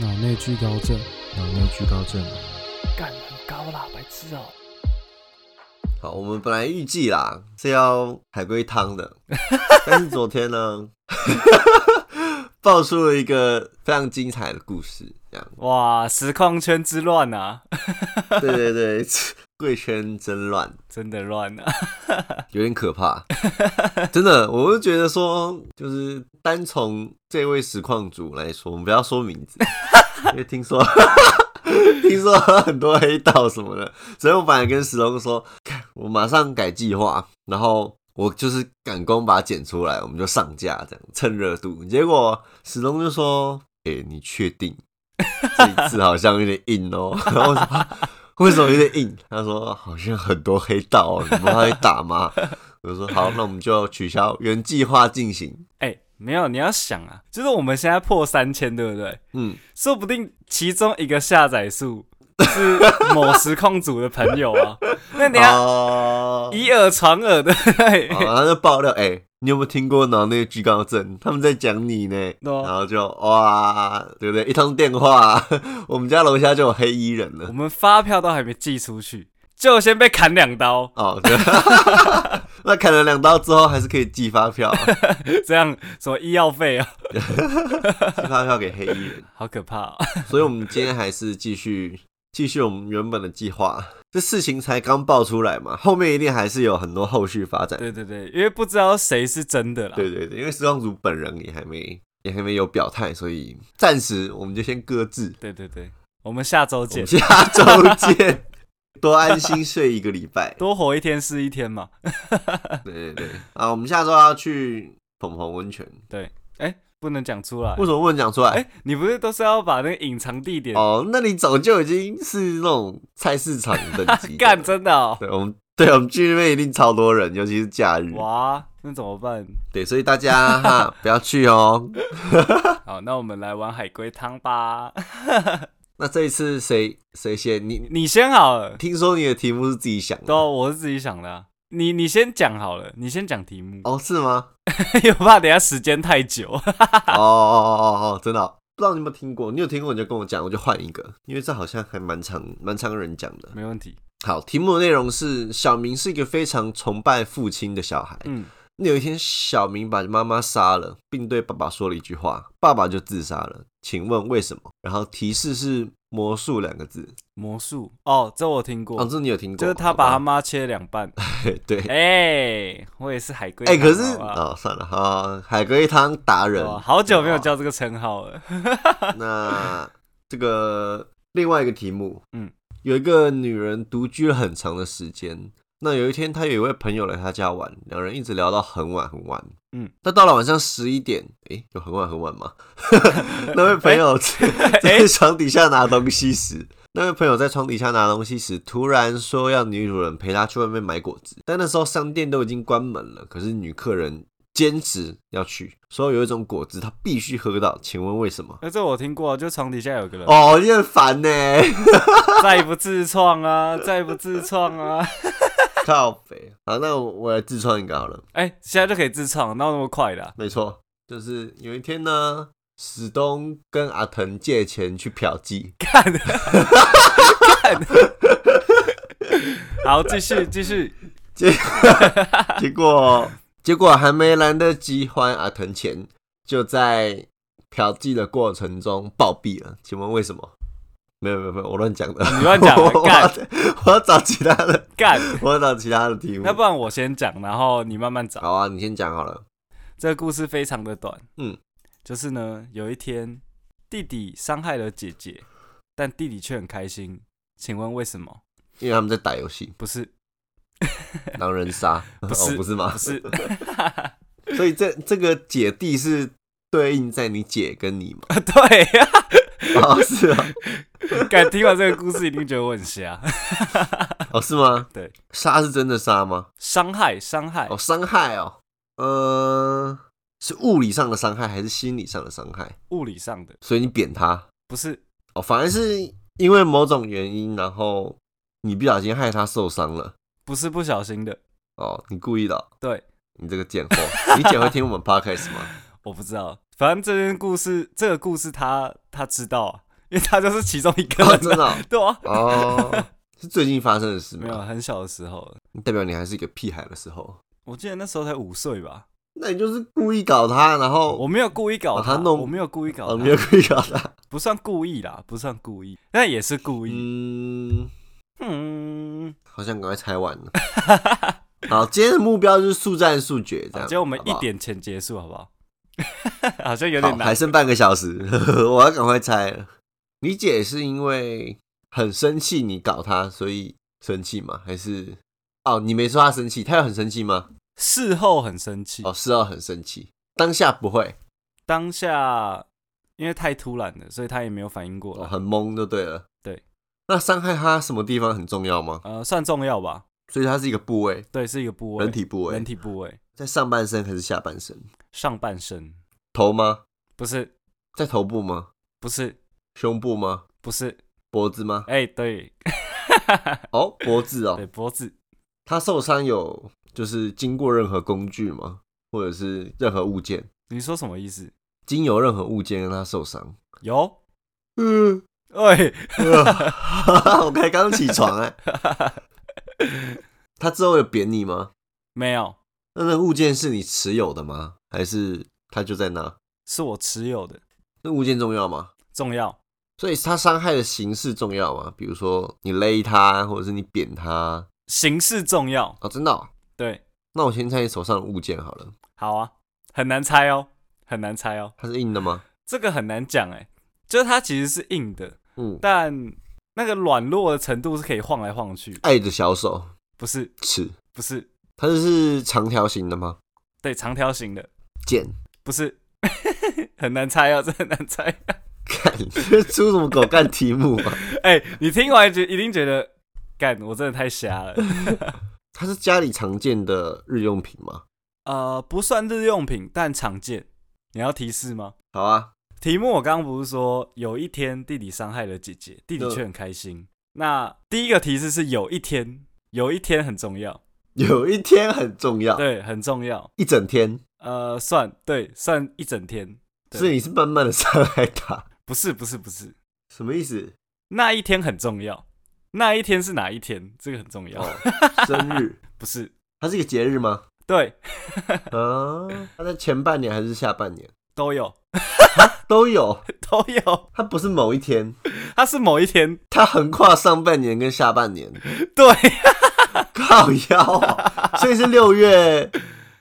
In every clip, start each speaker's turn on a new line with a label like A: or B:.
A: 脑内聚高症，
B: 脑内聚高症。
C: 干很高啦，白痴哦、
D: 好，我们本来预计啦是要海龟汤的，但是昨天呢， 爆出了一个非常精彩的故事，这样。
C: 哇，时空圈之乱啊，
D: 对对对， 贵圈真乱，
C: 真的乱啊！
D: 有点可怕。真的，我就觉得说，就是单从这位实况主来说，我们不要说名字，因为听说 听说很多黑道什么的，所以我本来跟石龙说，看我马上改计划，然后。我就是赶工把它剪出来，我们就上架，这样趁热度。结果史东就说：“诶、你确定？这一次好像有点硬哦。” 然后我说啊：“为什么有点硬？”他说：“好像很多黑道、哦，你们会打吗？”我就说：“好，那我们就取消原计划进行。
C: 哎、没有，你要想啊，就是我们现在破三千，对不对？”
D: 嗯，
C: 说不定其中一个下载数是某时空组的朋友啊， 那你要
D: 哦，
C: 以耳传耳的，对不对
D: 好然后就爆料：“诶、你有没有听过脑内巨高症？他们在讲你呢。”
C: 对啊
D: 然后就哇，对不对？一通电话， 我们家楼下就有黑衣人了
C: 我。们发票都还没寄出去，就先被砍两刀，
D: 哦，对， 那砍了两刀之后，还是可以寄发票啊，
C: 这样什么医药费啊，
D: 寄发票给黑衣人。
C: 好可怕、哦！
D: 所以，我们今天还是继续继续我们原本的计划。这事情才刚爆出来嘛，后面一定还是有很多后续发展。
C: 对对对，因为不知道谁是真的啦。
D: 对对对，因为时光组本人也还没也还没有表态，所以暂时我们就先搁置，
C: 对对对，我们下周
D: 我们
C: 见，
D: 下周见。 多安心睡一个礼 拜。
C: 多活一天是一天嘛。
D: 对对对，啊，我们下周要去捧捧温泉。
C: 哎，不能讲出来
D: 为。什么不能讲出来？
C: 哎，你不是都是要把那个隐藏地点
D: 哦，那你早就已经是那种菜市场等级的
C: 干？真的哦？
D: 对，我们对我们去那边一定超多人，尤其是假日。
C: 哇，那怎么办？
D: 对，所以大家哈不要去哦。
C: 好，那我们来玩海龟汤吧。
D: 那这一次谁谁先？你
C: 你先好了，
D: 听说你的题目是自己想的
C: 对啊，我是自己想的啊、你你先讲好了，你先讲题目，
D: 哦？是吗？
C: 因为我怕等一下时间太 久。
D: 哦哦哦哦哦，真的哦、不知道你有没有听过？你有听过你就跟我讲，我就换一个，因为这好像还蛮常蛮常人讲的。
C: 没问题，
D: 好，题目的内容是：小明是一个非常崇拜父亲的小孩。
C: 嗯，
D: 那有一天，小明把妈妈杀了，并对爸爸说了一句话，爸爸就自杀了。请问为什么？然后提示是“魔术”两个字。
C: 魔术哦，这我听过，
D: 哦，这你有听过吗？
C: 就是他把他
D: 好吧
C: 妈切两半。
D: 对，
C: 哎、我也是海龟
D: 哎、
C: 汤。
D: 可是
C: 好不好
D: 哦，算了哈、哦海龟汤达人哦
C: 哇，好久没有
D: 好
C: 叫这个称号 了。
D: 那这个另外一个题目，
C: 嗯，
D: 有一个女人独居了很长的时间。那有一天，她有一位朋友来她家玩，两人一直聊到很晚很晚。
C: 嗯，
D: 那到了晚上十一点，诶、有很晚很晚吗？ 那位朋 友在
C: 哎
D: 床底下拿东西时，那位朋友在床底下拿东西时，突然说要女主人陪她去外面买果汁。但那时候商店都已经关门了，可是女客人坚持要去，说有一种果汁她必须喝到。请问为什么？
C: 那、这我听过，就床底下有个人，
D: 哦，你很烦呢、
C: 再不自创啊，再不自创啊。
D: 靠北。好，那我我来自创一个好了。
C: 哎、现在就可以自创，哪有那么快的啊、
D: 没错，就是有一天呢，史东跟阿腾借钱去嫖妓。
C: 看，看，好，继续继续。
D: 结 果结果还没来得及还阿腾钱，就在嫖妓的过程中暴毙了。请问为什么？没有没有没有，我乱讲的。
C: 你乱讲 的
D: 我我
C: 干
D: 要我要找其他的，
C: 干，
D: 我要找其他的题目
C: 那。不然我先讲，然后你慢慢找。
D: 好啊，你先讲好了。
C: 这个故事非常的短，
D: 嗯，
C: 就是呢，有一天弟弟伤害了姐姐，但弟弟却很开心。请问为什么？
D: 因为他们在打游戏，
C: 不是，
D: 狼人杀，
C: 不是
D: 哦、不是吗？
C: 不是，
D: 所以这这个姐弟是对应在你姐跟你 嘛？
C: 对呀、
D: 哦，是啊，
C: 敢听完这个故事，一定觉得我很瞎。
D: 哦是吗？
C: 对，
D: 杀是真的杀吗？
C: 伤害，伤害
D: 哦，，伤害哦，呃，是物理上的伤害还是心理上的伤害？
C: 物理上的，
D: 所以你扁他
C: 不是，
D: 哦，反而是因为某种原因，然后你不小心害他受伤了
C: 不是不小心的。
D: 哦，你故意的哦、
C: 对，
D: 你这个贱 货，你姐会听我们 podcast 吗？
C: 我不知道，反正这件故事，这个故事他他知道啊，因为他就是其中一个
D: 啊
C: 人、
D: 真的哦
C: 对啊，
D: 哦，是最近发生的事
C: 没有，啊很小的时候，
D: 代表你还是一个屁孩的时候，
C: 我记得那时候才五岁吧，
D: 那你就是故意搞他，然后
C: 我没有故意搞
D: 把哦他弄
C: 我没有故意搞
D: 哦，
C: 他，
D: 没有故意搞他，
C: 不算故意啦，不算故意，但也是故意。
D: 嗯，
C: 嗯，
D: 好像赶快猜完了。好，今天的目标就是速战速决，这
C: 好，
D: 样。
C: 今天我们一
D: 好不好
C: 点前结束好不好？ 好像有
D: 好，
C: 点
D: 还
C: 难。
D: 剩半个小时， 我要赶快猜了。你姐是因为很生气你搞她，所以生气吗？还是哦，你没说她生气，她有很生气吗？
C: 事后很生气，
D: 哦，是哦，很生气，当下不会，
C: 当下因为太突然了，所以他也没有反应过
D: 哦、
C: 来。
D: 很懵就对了。
C: 对，
D: 那伤害她什么地方很重要吗？
C: 呃，算重要吧？
D: 所以它是一个部位，
C: 对，是一个部位，
D: 人体部位
C: 人，体部位，
D: 在上半身还是下半身？
C: 上半身，
D: 头吗？
C: 不是，
D: 在头部吗？
C: 不是，
D: 胸部吗？
C: 不是，
D: 脖子吗？
C: 哎、对，
D: 哦，脖子哦
C: 对，，脖子，
D: 他受伤有就是经过任何工具吗？或者是任何物件，
C: 你说什么意思？
D: 经由任何物件让他受伤？
C: 有，
D: 嗯，
C: 哎、
D: 呃我才刚起床 哎、他之后有扁你吗？
C: 没有，
D: 那那物件是你持有的吗？还是他就在那？
C: 是我持有的，
D: 那物件重要吗？
C: 重要，
D: 所以他伤害的形式重要吗？比如说你勒他，或者是你扁他
C: 形式重要，
D: 哦，真的哦、
C: 对，
D: 那我先猜你手上的物件好了，
C: 好啊，很难猜哦，很难猜哦，
D: 它是硬的吗？
C: 这个很难讲，哎，就是它其实是硬的，
D: 嗯，
C: 但那个软弱的程度是可以晃来晃去，
D: 爱的小手
C: 不是，
D: 尺，
C: 不是，
D: 它是长条形的吗？
C: 对，长条形的，
D: 剑，
C: 不是， 很难猜哦，这很难猜。
D: 看 出什么狗干题目啊？
C: 哎、你听完觉一定觉得，干，我真的太瞎了。
D: 它是家里常见的日用品吗？
C: 呃，不算日用品，但常见。你要提示吗？
D: 好啊，
C: 题目我刚刚不是说有一天弟弟伤害了姐姐，弟弟却很开心。那第一个提示是有一天，有一天很重要，
D: 有一天很重要，
C: 对，很重要。
D: 一整天，
C: 呃，算对，算一整天。对
D: 所以你是慢慢的上来打，
C: 不是，不是，不是，
D: 什么意思？
C: 那一天很重要。那一天是哪一天？这个很重要。
D: 哦，生日，
C: 不是，
D: 它是一个节日吗？
C: 对，
D: 啊，它在前半年还是下半年
C: 都有，
D: 都有，
C: 都有。
D: 它不是某一天，
C: 它是某一天，
D: 它横跨上半年跟下半年，
C: 对，
D: 靠腰 啊、所以是六月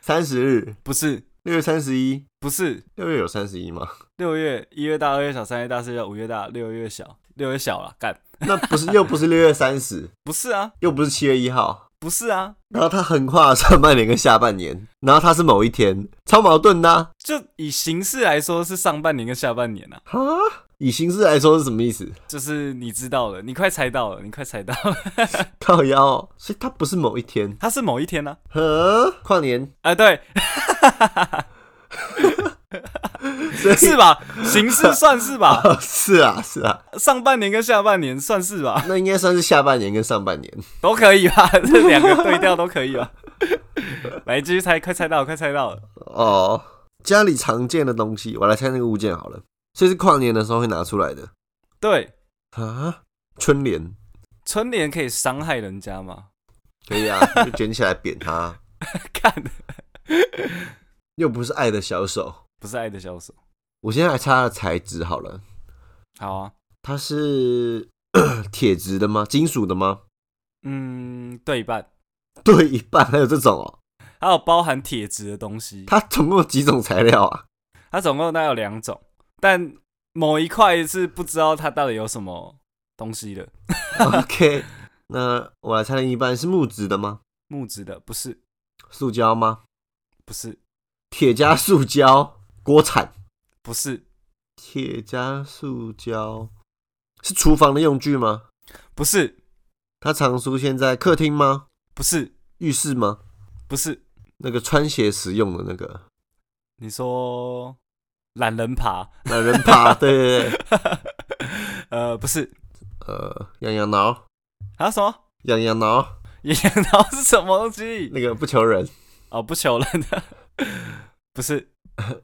D: 三十日，
C: 不是，
D: 六月三十一，
C: 不是，
D: 六月有三十一吗？
C: 六月一月大，二月小，三月大，四月小五月大，六月小，六月小了，干
D: 那不是又不是六月三十，
C: 不是啊，
D: 又不是七月一号，
C: 不是啊，
D: 然后它横跨了上半年跟下半年，然后它是某一天，超矛盾的啊！
C: 就以形式来说是上半年跟下半年啊，
D: 哈以形式来说是什么意思？
C: 就是你知道了，你快猜到了，你快猜到了，
D: 靠腰哦、所以它不是某一天，
C: 它是某一天呢、啊
D: 呵，跨年，
C: 啊，啊对，
D: 所以
C: 是吧？形式算是吧，
D: 哦是啊是啊，
C: 上半年跟下半年算是吧，
D: 那应该算是下半年跟上半年。
C: 都可以吧，这两个对调都可以吧。来继续猜，快猜到了，快猜到了，
D: 哦，家里常见的东西，我来猜那个物件好了，所以是跨年的时候会拿出来的
C: 对，
D: 啊，春联
C: 春联可以伤害人家吗？
D: 可以啊，就卷起来扁它，
C: 看，
D: 又不是爱的小手。
C: 不是爱的小手，
D: 我现在来猜它的材质好了，
C: 好啊。
D: 它是 铁质的吗？金属的吗？
C: 嗯，对一半，
D: 对一半，还有这种哦，
C: 还有包含铁质的东西。它
D: 它总共有几种材料啊？
C: 总共大概有两种，但某一块是不知道它到底有什么东西的，
D: OK，那我来猜另一半是木质的吗？
C: 木质的，不是，
D: 塑胶吗？
C: 不是，
D: 铁加塑胶，国产
C: 不是，
D: 铁加塑胶是厨房的用具吗？
C: 不是，
D: 它常出现在客厅吗？
C: 不是，
D: 浴室吗？
C: 不是。
D: 那个穿鞋时用的那个
C: 你说懒人爬？
D: 懒人爬，对对对，
C: 呃，不是
D: 呃，痒痒挠，
C: 还有什么？
D: 痒痒挠，
C: 野羊挠是什么东西？
D: 那个不求人，
C: 哦， 不求人的，不是，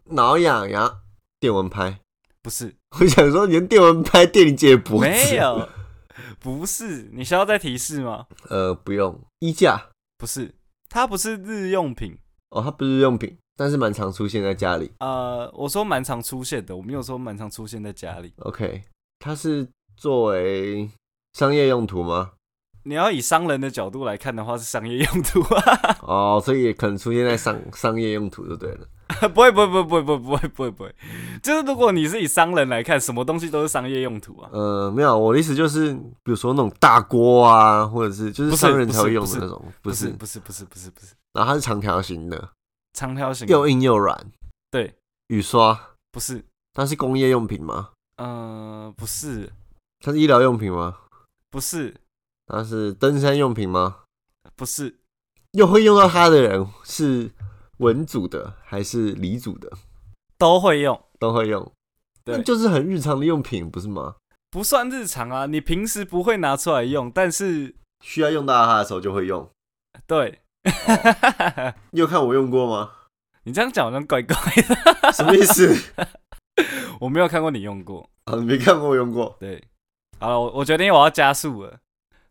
D: 挠痒痒，电蚊拍，
C: 不是，
D: 我想说，连电蚊拍电你姐的脖子
C: 没，有，不是。你需要再提示吗？
D: 呃，不用衣架
C: 不是，它不是日用品。
D: 哦，它不是日用品，但是蛮常出现在家里。
C: 呃，我说蛮常出现的，我没有说蛮常出现在家里。
D: OK，它是作为商业用途 吗？
C: 你要以商人的角度来看的话，是商业用途啊。
D: 哦，所以也可能出现在商商业用途就对了。
C: 不会，不会，不会，不会，不会，不会，不会。就是如果你是以商人来看，什么东西都是商业用途啊。
D: 呃，没有，我的意思就是，比如说那种大锅啊，或者是就是
C: 不是
D: 商人才
C: 不
D: 会
C: 是
D: 用
C: 不
D: 的
C: 是
D: 那种，
C: 不
D: 不
C: 是，
D: 是。
C: 不是，不是，不是，不是
D: 然后它是长条形的，
C: 长条形的。
D: 又硬又软。
C: 嗯对，
D: 雨刷，
C: 不是，
D: 它是工业用品吗？
C: 呃，不是，
D: 它是医疗用品吗？
C: 不是，
D: 它是登山用品吗？
C: 不是，
D: 又会用到它的人是文组的还是理组的？
C: 都会用，
D: 都会用，那
C: 对
D: 就是很日常的用品，不是吗？
C: 不算日常啊。你平时不会拿出来用，但是
D: 需要用到它的时候就会用。
C: 对，
D: 你有看我用过吗？
C: 你这样讲好像怪怪的。
D: 什么意思？
C: 我没有看过你用过。
D: 啊，你没看过我用过？
C: 对，好了，我我决定我要加速了。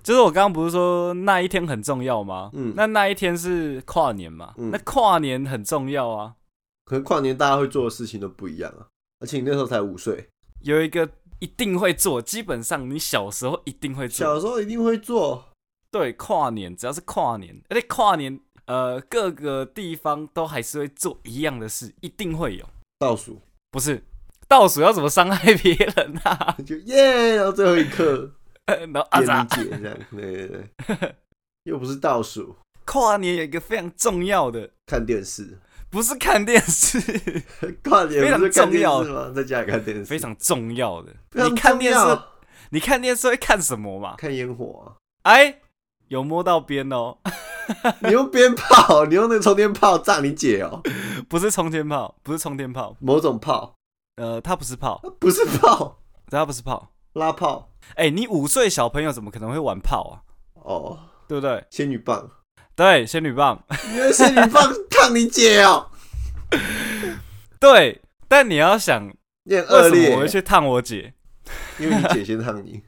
C: 就是我刚刚不是说那一天很重要吗？
D: 嗯
C: 那那一天是跨年嘛？
D: 嗯
C: 那跨年很重要啊。
D: 可能跨年大家会做的事情都不一样啊，而且你那时候才五岁，
C: 有一个一定会做，基本上你小时候一定会
D: 小
C: 做。
D: 时候一定会做。
C: 对，跨年只要是跨年，而且跨年呃各个地方都还是会做一样的事，一定会有。
D: 倒数
C: 不是倒数要怎么伤害别人啊？
D: 就耶，然后最后一 刻
C: 然后啊
D: 电
C: 咋？
D: 解这样，对对对，又不是倒数，
C: 跨年有一个非常重要的，
D: 看电 视，
C: 不是看电视，
D: 跨年不是
C: 非常
D: 看
C: 重
D: 电
C: 要
D: 视吗？在家里看电视，
C: 非常重要的。
D: 非常
C: 你看电视
D: 重要
C: 你看电视会看什么嘛？
D: 看烟火啊、
C: 哎，有摸到边哦，
D: 你用鞭炮， 你用那个冲天炮炸你姐哦，
C: 不是冲天炮，不是冲天炮，
D: 某种炮，
C: 呃，它不是炮，
D: 不是炮，
C: 它不是炮。
D: 拉炮
C: 哎，你五岁小朋友怎么可能会玩炮啊？
D: 哦，
C: 对不对？
D: 仙女棒，
C: 对，仙女棒，
D: 你用仙女棒烫你姐哦，
C: 对。但你要想，
D: 你很恶
C: 为什
D: 劣
C: 么我，会去烫我姐？
D: 因为你姐先烫你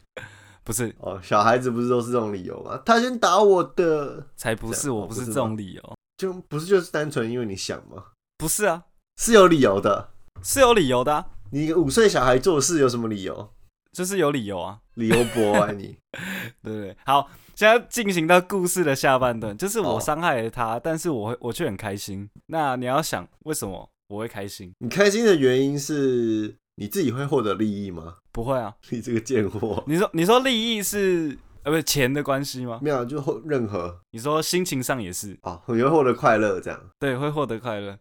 C: 不是，
D: 哦，小孩子不是都是这种理由吗？他先打我的，
C: 才不
D: 这
C: 是，
D: 样
C: 我
D: 哦
C: 不
D: 不
C: 是
D: 是
C: 这
D: 吗
C: 种理由，
D: 就不是就是单纯因为你想吗？
C: 不是啊，
D: 是有理由的，
C: 是有理由的啊、
D: 你一个五岁小孩做事有什么理由？
C: 就是有理由啊，
D: 理由博啊你，
C: 对不对？好，现在进行到故事的下半段，就是我
D: 哦
C: 伤害了他，但是我会我却很开心。那你要想，为什么我会开心？
D: 你开心的原因是你自己会获得利益吗？
C: 不会啊，
D: 你这个贱货，
C: 你说你说利益是呃不是钱的关系吗？
D: 没有啊就获任何
C: 你说心情上也是，
D: 哦，你会获得快乐这样，
C: 对，会获得快乐。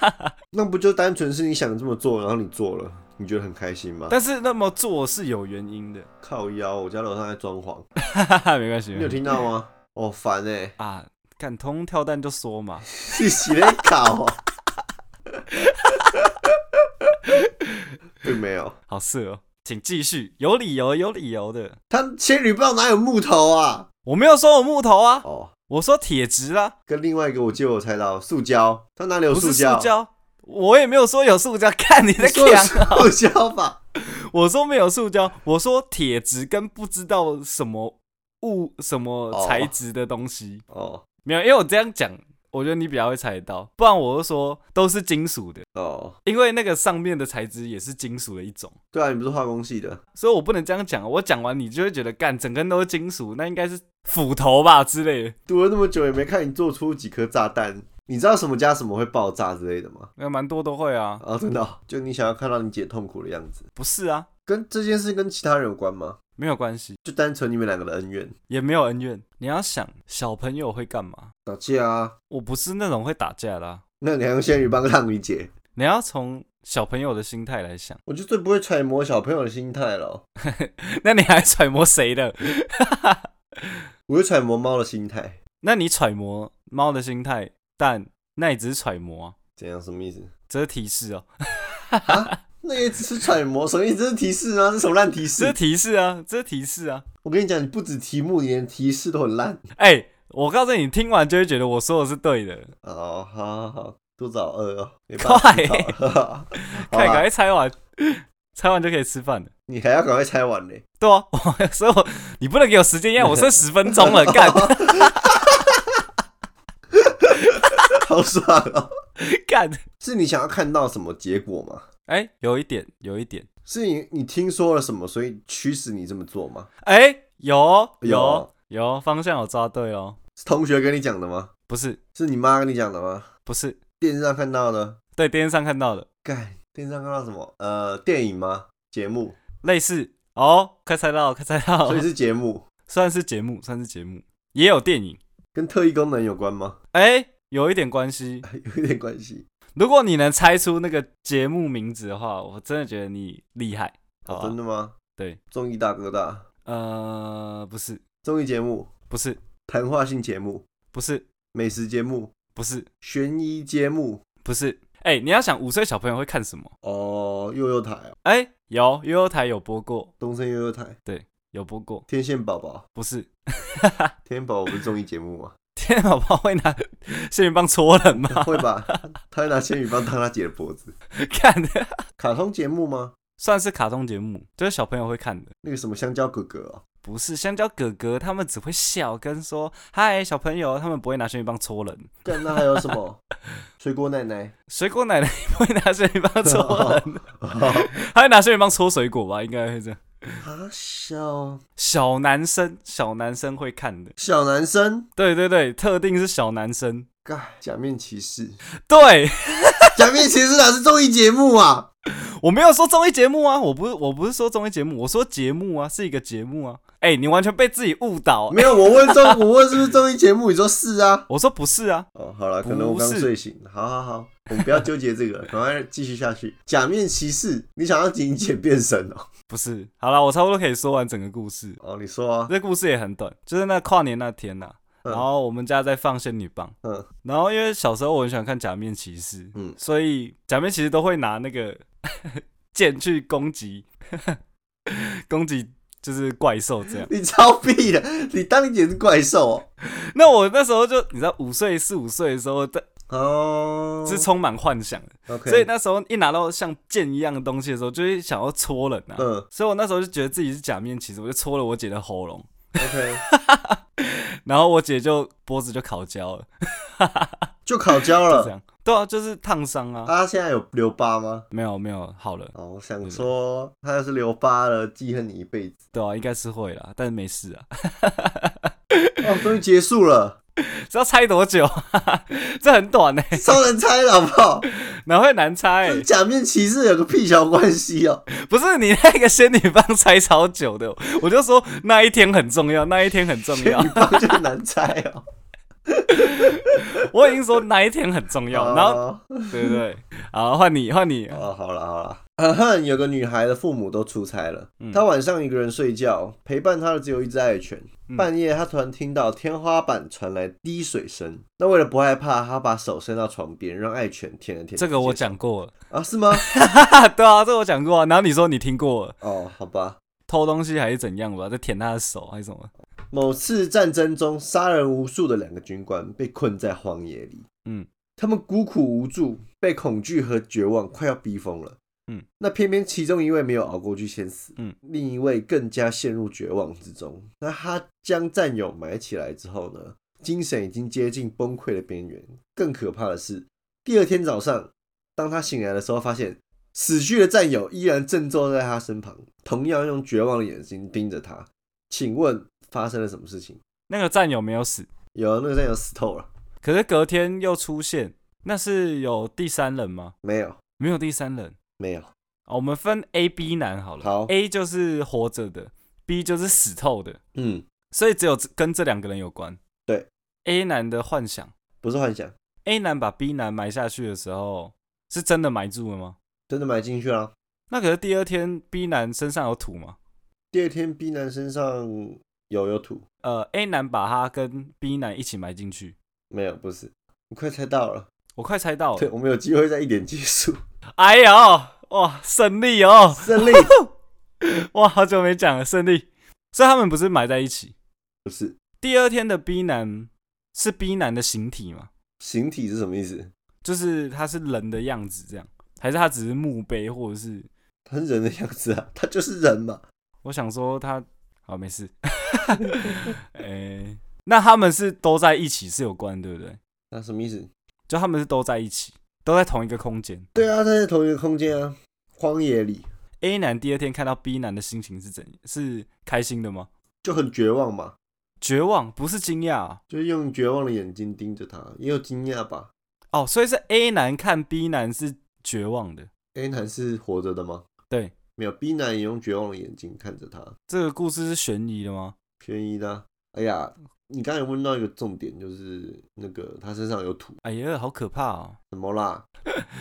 D: 啊那不就单纯是你想这么做，然后你做了，你觉得很开心吗？
C: 但是那么做是有原因的，
D: 靠腰，我家楼上在装潢，
C: 哈哈，没关系。
D: 你有
C: 没关系
D: 听到吗？哦，烦哎、
C: 啊，敢通跳蛋就说嘛，
D: 欸，你洗了搞、哦， 并没有，
C: 好色哦，请继续，有理由，有理由的。
D: 他仙女棒哪有木头啊？
C: 我没有说我木头啊，
D: 哦，
C: 我说铁质啊，
D: 跟另外一个我记得我猜到塑胶，他哪里有
C: 不
D: 塑
C: 是塑
D: 胶？
C: 胶。我也没有说有塑胶，看你
D: 你
C: 在
D: 说有
C: 讲啊！
D: 塑胶吧？
C: 我说没有塑胶，我说铁质跟不知道什么物、什么
D: 哦
C: 材质的东西。
D: 哦
C: 没有，因为我这样讲，我觉得你比较会猜得到，不然我就说都是金属的，
D: 哦，
C: 因为那个上面的材质也是金属的一种，
D: 对啊，你不是化工系的，
C: 所以我不能这样讲。我讲完你就会觉得干，整根都是金属，那应该是斧头吧之类的，
D: 读了那么久也没看你做出几颗炸弹，你知道什么加什么会爆炸之类的吗？
C: 那蛮多都会啊，
D: 啊、真的哦、就你想要看到你姐痛苦的样子，
C: 不是啊，
D: 跟这件事跟其他人有关吗？
C: 没有关系，
D: 就单纯你们两个的恩怨，
C: 也没有恩怨。你要想小朋友会干嘛？
D: 打架啊？
C: 我不是那种会打架的啊、
D: 那你还用仙女棒让你姐？
C: 你要从小朋友的心态来想，
D: 我就最不会揣摩小朋友的心态了哦，
C: 那你还揣摩谁的？
D: 我会揣摩猫的心态，
C: 那你揣摩猫的心态，但那也只是揣摩、啊，
D: 怎样？什么意思？
C: 这是提示哦、
D: 那也只是揣摩，什么意思？这是提示啊？这是什么烂提
C: 这是
D: 示？
C: 提示啊，这是提示啊。
D: 我跟你讲，你不止题目，你连提示都很烂。
C: 哎、我告诉你，听完就会觉得我说的是对的。
D: 哦， 好好好，多少饿哦，没办法思考了，
C: 快
D: 好
C: 赶
D: 啦
C: 快猜完。猜完就可以吃饭了。
D: 你还要赶快拆完呢。
C: 对啊， 我所以我你不能给我时间压，我剩十分钟了，干
D: 好爽哦！
C: 干。
D: 是你想要看到什么结果吗？
C: 哎、有一点，有一点，
D: 是你你听说了什么，所以驱使你这么做吗？
C: 哎、有哦
D: 有
C: 有
D: 哦
C: 哦有哦方向有抓对哦，
D: 是同学跟你讲的吗？
C: 不是
D: 是你妈跟你讲的吗？
C: 不是，
D: 电视上看到的？
C: 对电视上看到的
D: 干，电视上看到什么？呃，电影吗？节目？
C: 类似哦，快猜 到了，快猜到
D: 所以
C: 了，
D: 是节目，
C: 算是节目，算是节目，也有电影，
D: 跟特异功能有关吗？
C: 哎、有一点关系。
D: 有一点关系。
C: 如果你能猜出那个节目名字的话，我真的觉得你厉害，好
D: 哦，
C: 吧
D: 真？的吗？
C: 对，
D: 综艺大哥大，
C: 呃，不是，
D: 综艺节目，
C: 不是，
D: 谈话性节目，
C: 不是，
D: 美食节目，
C: 不是，
D: 悬疑节目。
C: 不是。哎、你要想五岁小朋友会看什么？
D: 哦，幼幼台哦，
C: 哎、有悠悠台有播过，
D: 东森幼幼台，
C: 有播过，
D: 天线宝宝，
C: 不是。
D: 天线宝宝不是综艺节目吗？
C: 天宝宝会拿 仙女棒戳人吗？
D: 会吧？他会拿仙女棒当他姐的脖子。
C: 看，
D: 卡通节目吗？
C: 算是卡通节目，就是小朋友会看的。
D: 那个什么香蕉哥哥哦，
C: 不是香蕉哥哥，他们只会笑跟说嗨小朋友，他们不会拿仙女棒戳人。
D: 干那还有什么？水果奶奶，
C: 水果奶奶不会拿仙女棒戳人，
D: 啊
C: 他会拿仙女棒戳水果吧？应该会这样。
D: 小
C: 小男生，小男生会看的，
D: 小男生，
C: 对对对，特定是小男生。
D: 干假面骑士，
C: 对
D: 假面骑士哪是综艺节目啊？
C: 我没有说综艺节目啊，我不是我不是说综艺节目，我说节目啊，是一个节目啊。哎、你完全被自己误导。
D: 没有，我问综，我问是不是综艺节目？你说是啊？
C: 我说不是啊，
D: 哦，好了，
C: 不
D: 可
C: 是
D: 能我刚睡醒。好好好，我们不要纠结这个，赶快继续下去。假面骑士，你想要警姐变身哦？
C: 不是。好了，我差不多可以说完整个故事。
D: 哦，你说啊，
C: 这故事也很短，就是那跨年那天呐、
D: 嗯
C: 然后我们家在放仙女棒，
D: 嗯，
C: 然后因为小时候我很喜欢看假面骑士，
D: 嗯
C: 所以假面骑士都会拿那个 剑去攻击， 攻击就是怪兽 这样。
D: 你超屁的，你当你姐是怪兽
C: 那我那时候就你知道五岁四五岁的时候，但
D: 哦？哦，
C: 是充满幻想的，
D: OK，
C: 所以那时候一拿到像剑一样的东西的时候，就会想要戳人啊。
D: 嗯
C: 所以我那时候就觉得自己是假面骑士，我就戳了我姐的喉咙，
D: ，OK，
C: 然后我姐就脖子就烤焦了，
D: 就烤焦
C: 就这
D: 了。
C: 样。对啊，就是烫伤啊。
D: 啊，现在有留疤吗？
C: 没有没有，好了，
D: 哦，我想说，他要是留疤了，记恨你一辈子。
C: 对啊，应该是会啦，但是没事啊。
D: 哦，终于结束 了，
C: 这要猜多久？ 这很短呢、
D: 超难猜了，好不好？
C: 哪会难猜、
D: 跟假面骑士有个屁小关系哦。
C: 不是你那个仙女棒猜超久的，我就说那一天很重要，那一天很重
D: 仙
C: 要
D: 女。棒就难猜 哦。
C: 我已经说那一天很重要，然后
D: 哦
C: 对不对？好，换你，换你。
D: 哦，好了好了。啊哼，有个女孩的父母都出差了，
C: 嗯
D: 她晚上一个人睡觉，陪伴她的只有一只爱犬。
C: 嗯
D: 半夜，她突然听到天花板传来滴水声。那为了不害怕，她把手伸到床边，让爱犬舔了舔。
C: 这个我讲过了，
D: 啊，是吗？
C: 哈，对啊，这我讲过啊。然后你说你听过了，
D: 哦，好吧。
C: 偷东西还是怎样吧，在舔他的手还是什么？
D: 某次战争中，杀人无数的两个军官被困在荒野里。
C: 嗯，
D: 他们孤苦无助，被恐惧和绝望快要逼疯了。
C: 嗯，
D: 那偏偏其中一位没有熬过去先死，
C: 嗯，
D: 另一位更加陷入绝望之中。那他将战友埋起来之后呢，精神已经接近崩溃的边缘。更可怕的是，第二天早上，当他醒来的时候，发现死去的战友依然正坐在他身旁，同样用绝望的眼睛盯着他。请问发生了什么事情？
C: 那个战友没有死，
D: 有那个战友死透了
C: 可是隔天又出现，那是有第三人吗？
D: 没有？
C: 没有第三人。
D: 没有。
C: 哦，我们分 A、B 男好了。
D: 好
C: ，A 就是活着的，B 就是死透的，
D: 嗯，
C: 所以只有这跟这两个人有关。
D: 对
C: ，A 男的幻想
D: 不是幻想，
C: ，A 男把 B 男埋下去的时候，是真的埋住了吗？
D: 真的埋进去啊了。
C: 那可是第二天 B 男身上有土吗？
D: 第二天，B 男身上有有土，
C: 呃，A 男把他跟 B 男一起埋进去，
D: 没有不是。你快猜到了，
C: 我快猜到
D: 对
C: 了。
D: 我们有机会再一点结束，
C: 哎呦，哇，胜利哦！
D: 胜利
C: 哇，好久没讲了，胜利。所以他们不是埋在一起。
D: 不是。
C: 第二天的 B 男是 B 男的形体吗？
D: 形体是什么意思？
C: 就是他是人的样子这样，还是他只是墓碑或者是
D: 他是人的样子啊， 他就是人嘛。
C: 我想说他好没事。 哎、那他们是都在一起是有关，对不对？
D: 那什么意思？
C: 就他们是都在一起，都在同一个空间。
D: 对啊，他在同一个空间啊，荒野里
C: A 男第二天看到 B 男的心情是怎？是开心的吗？
D: 就很绝望嘛，
C: 绝望，不是惊讶啊、
D: 就是用绝望的眼睛盯着他，也有惊讶吧
C: 哦，所以是 A 男看 B 男是绝望的。
D: ？A 男是活着的吗？
C: 对，
D: 没有，B 男也用绝望的眼睛看着他，
C: 这个故事是悬疑的吗？
D: 悬疑的啊。哎呀，你刚才有问到一个重点，就是那个他身上有土，
C: 哎呀，好可怕哦！
D: 怎么啦？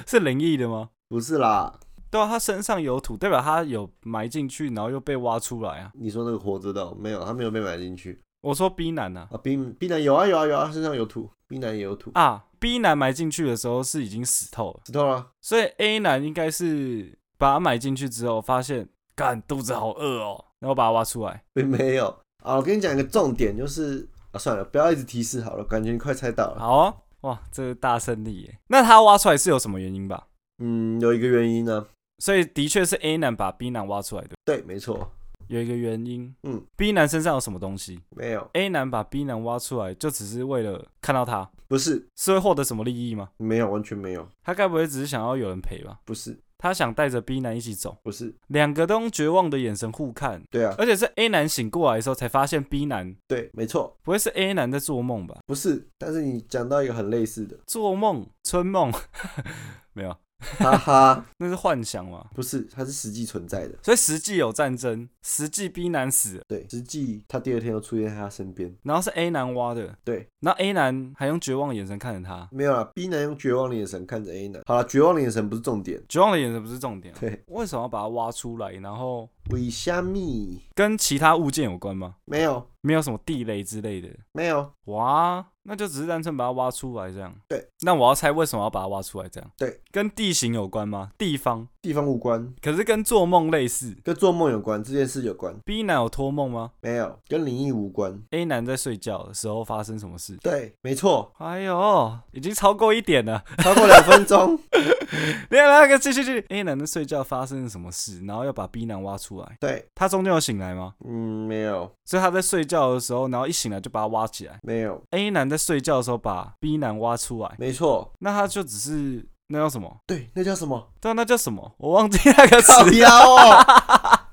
C: 是灵异的吗？
D: 不是啦，
C: 对啊，他身上有土，代表他有埋进去，然后又被挖出来啊。
D: 你说那个活着的哦没有，他没有被埋进去
C: 我说 B 男啊
D: 啊。B B 男有啊有啊有啊，他身上有土，B 男也有土，
C: 啊，B 男埋进去的时候是已经死透了，
D: 知道啦。
C: 所以 A 男应该是把它埋进去之后，发现干肚子好饿哦，然后把它挖出来。
D: 并没有啊。我跟你讲一个重点，就是啊，算了，不要一直提示好了，感觉你快猜到了。
C: 好啊，哇，这是大胜利耶！那他挖出来是有什么原因吧？
D: 嗯，有一个原因呢、
C: 所以的确是 A 男把 B 男挖出来的，
D: 对，没错，
C: 有一个原因。
D: 嗯
C: ，B 男身上有什么东西
D: 没有，
C: ？A 男把 B 男挖出来，就只是为了看到他，
D: 不是，
C: 是会获得什么利益吗？
D: 没有，完全没有，
C: 他该不会只是想要有人陪吧？
D: 不是，
C: 他想带着 B 男一起走，
D: 不是，
C: 两个都用绝望的眼神互看，
D: 对啊，
C: 而且是 A 男醒过来的时候才发现 B 男，
D: 对，没错，
C: 不会是 A 男在做梦吧？
D: 不是。但是你讲到一个很类似 的，
C: 做梦、春梦， 没有，
D: 哈哈，
C: 那是幻想嘛。
D: 不是，它是实际存在的，
C: 所以实际有战争，实际 B 男死了，
D: 对，实际他第二天又出现在他身边，
C: 然后是 A 男挖的，
D: 对，
C: 然后 A 男还用绝望的眼神看着他，
D: 没有啦。B 男用绝望的眼神看着 A 男，好了，绝望的眼神不是重点，
C: 绝望的眼神不是重点啊、
D: 对，
C: 为什么要把它挖出来？然后
D: 为虾米？
C: 跟其他物件有关吗？
D: 没有，
C: 没有什么地雷之类的。
D: 没有，
C: 哇，那就只是单纯把它挖出来这样。
D: 对，
C: 那我要猜为什么要把它挖出来这样？
D: 对，
C: 跟地形有关吗？地方，
D: 地方无关，
C: 可是跟做梦类似。
D: 跟做梦有关，这件事有关。
C: B 男有托梦吗
D: 没有，跟灵异无关。
C: ？A 男在睡觉的时候发生什么事？
D: 对，没错，
C: 哎呦，已经超过一点了。
D: 超过两分钟。
C: 来来，来继续继续。A 男在睡觉发生了什么事？然后要把 B 男挖出来。
D: 对，
C: 他中间有醒来吗？
D: 嗯，没有，
C: 所以他在睡觉的时候，然后一醒来就把他挖起来。
D: 没有，
C: A 男在睡觉的时候把 B 男挖出来，
D: 没错。
C: 那他就只是那叫什么？
D: 对，那叫什么？
C: 对啊，那叫什么？我忘记那个
D: 靠
C: 词。
D: 腰哦，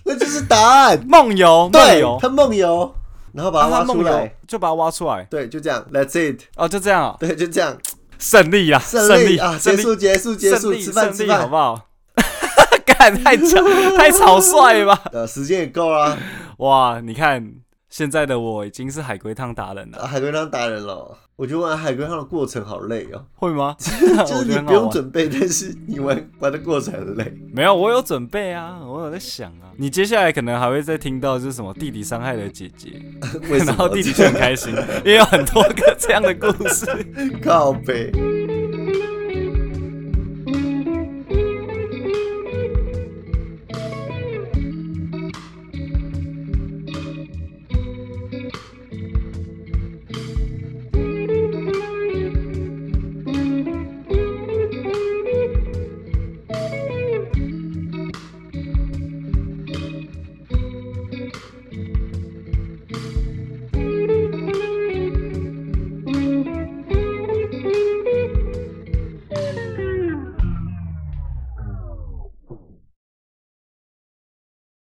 D: 那就是答案。
C: 梦游， 梦
D: 对
C: 游，，
D: 他梦游，然后把
C: 啊
D: 它
C: 他
D: 挖出
C: 梦游
D: 来。
C: 就把它挖出来。
D: 对，就这样，That's it。
C: 哦，就这样啊，
D: 对，就这样，
C: 胜利啊，
D: 胜
C: 利
D: 啊！
C: 胜
D: 结
C: 利
D: 束，结束，结
C: 胜
D: 束，
C: 利，
D: 吃饭，
C: 胜
D: 吃
C: 利，好
D: 饭
C: 不。好？ 干太草 太草率了吧？
D: 呃，时间也够啦，
C: 哇，你看现在的我已经是海龟汤达人了，
D: 啊海龟汤达人了。我觉得玩海龟汤的过程好累哦，
C: 会吗？
D: 就
C: 我
D: 是
C: 觉得
D: 你
C: 很
D: 不
C: 好
D: 用
C: 玩。
D: 准备，但是你玩玩的过程 很累。
C: 没有，我有准备啊，我有在想啊。你接下来可能还会再听到就是什么弟弟伤害了姐姐，
D: 为什
C: 然后
D: 么？
C: 弟弟就很开心，也有很多个这样的故事。
D: 靠背。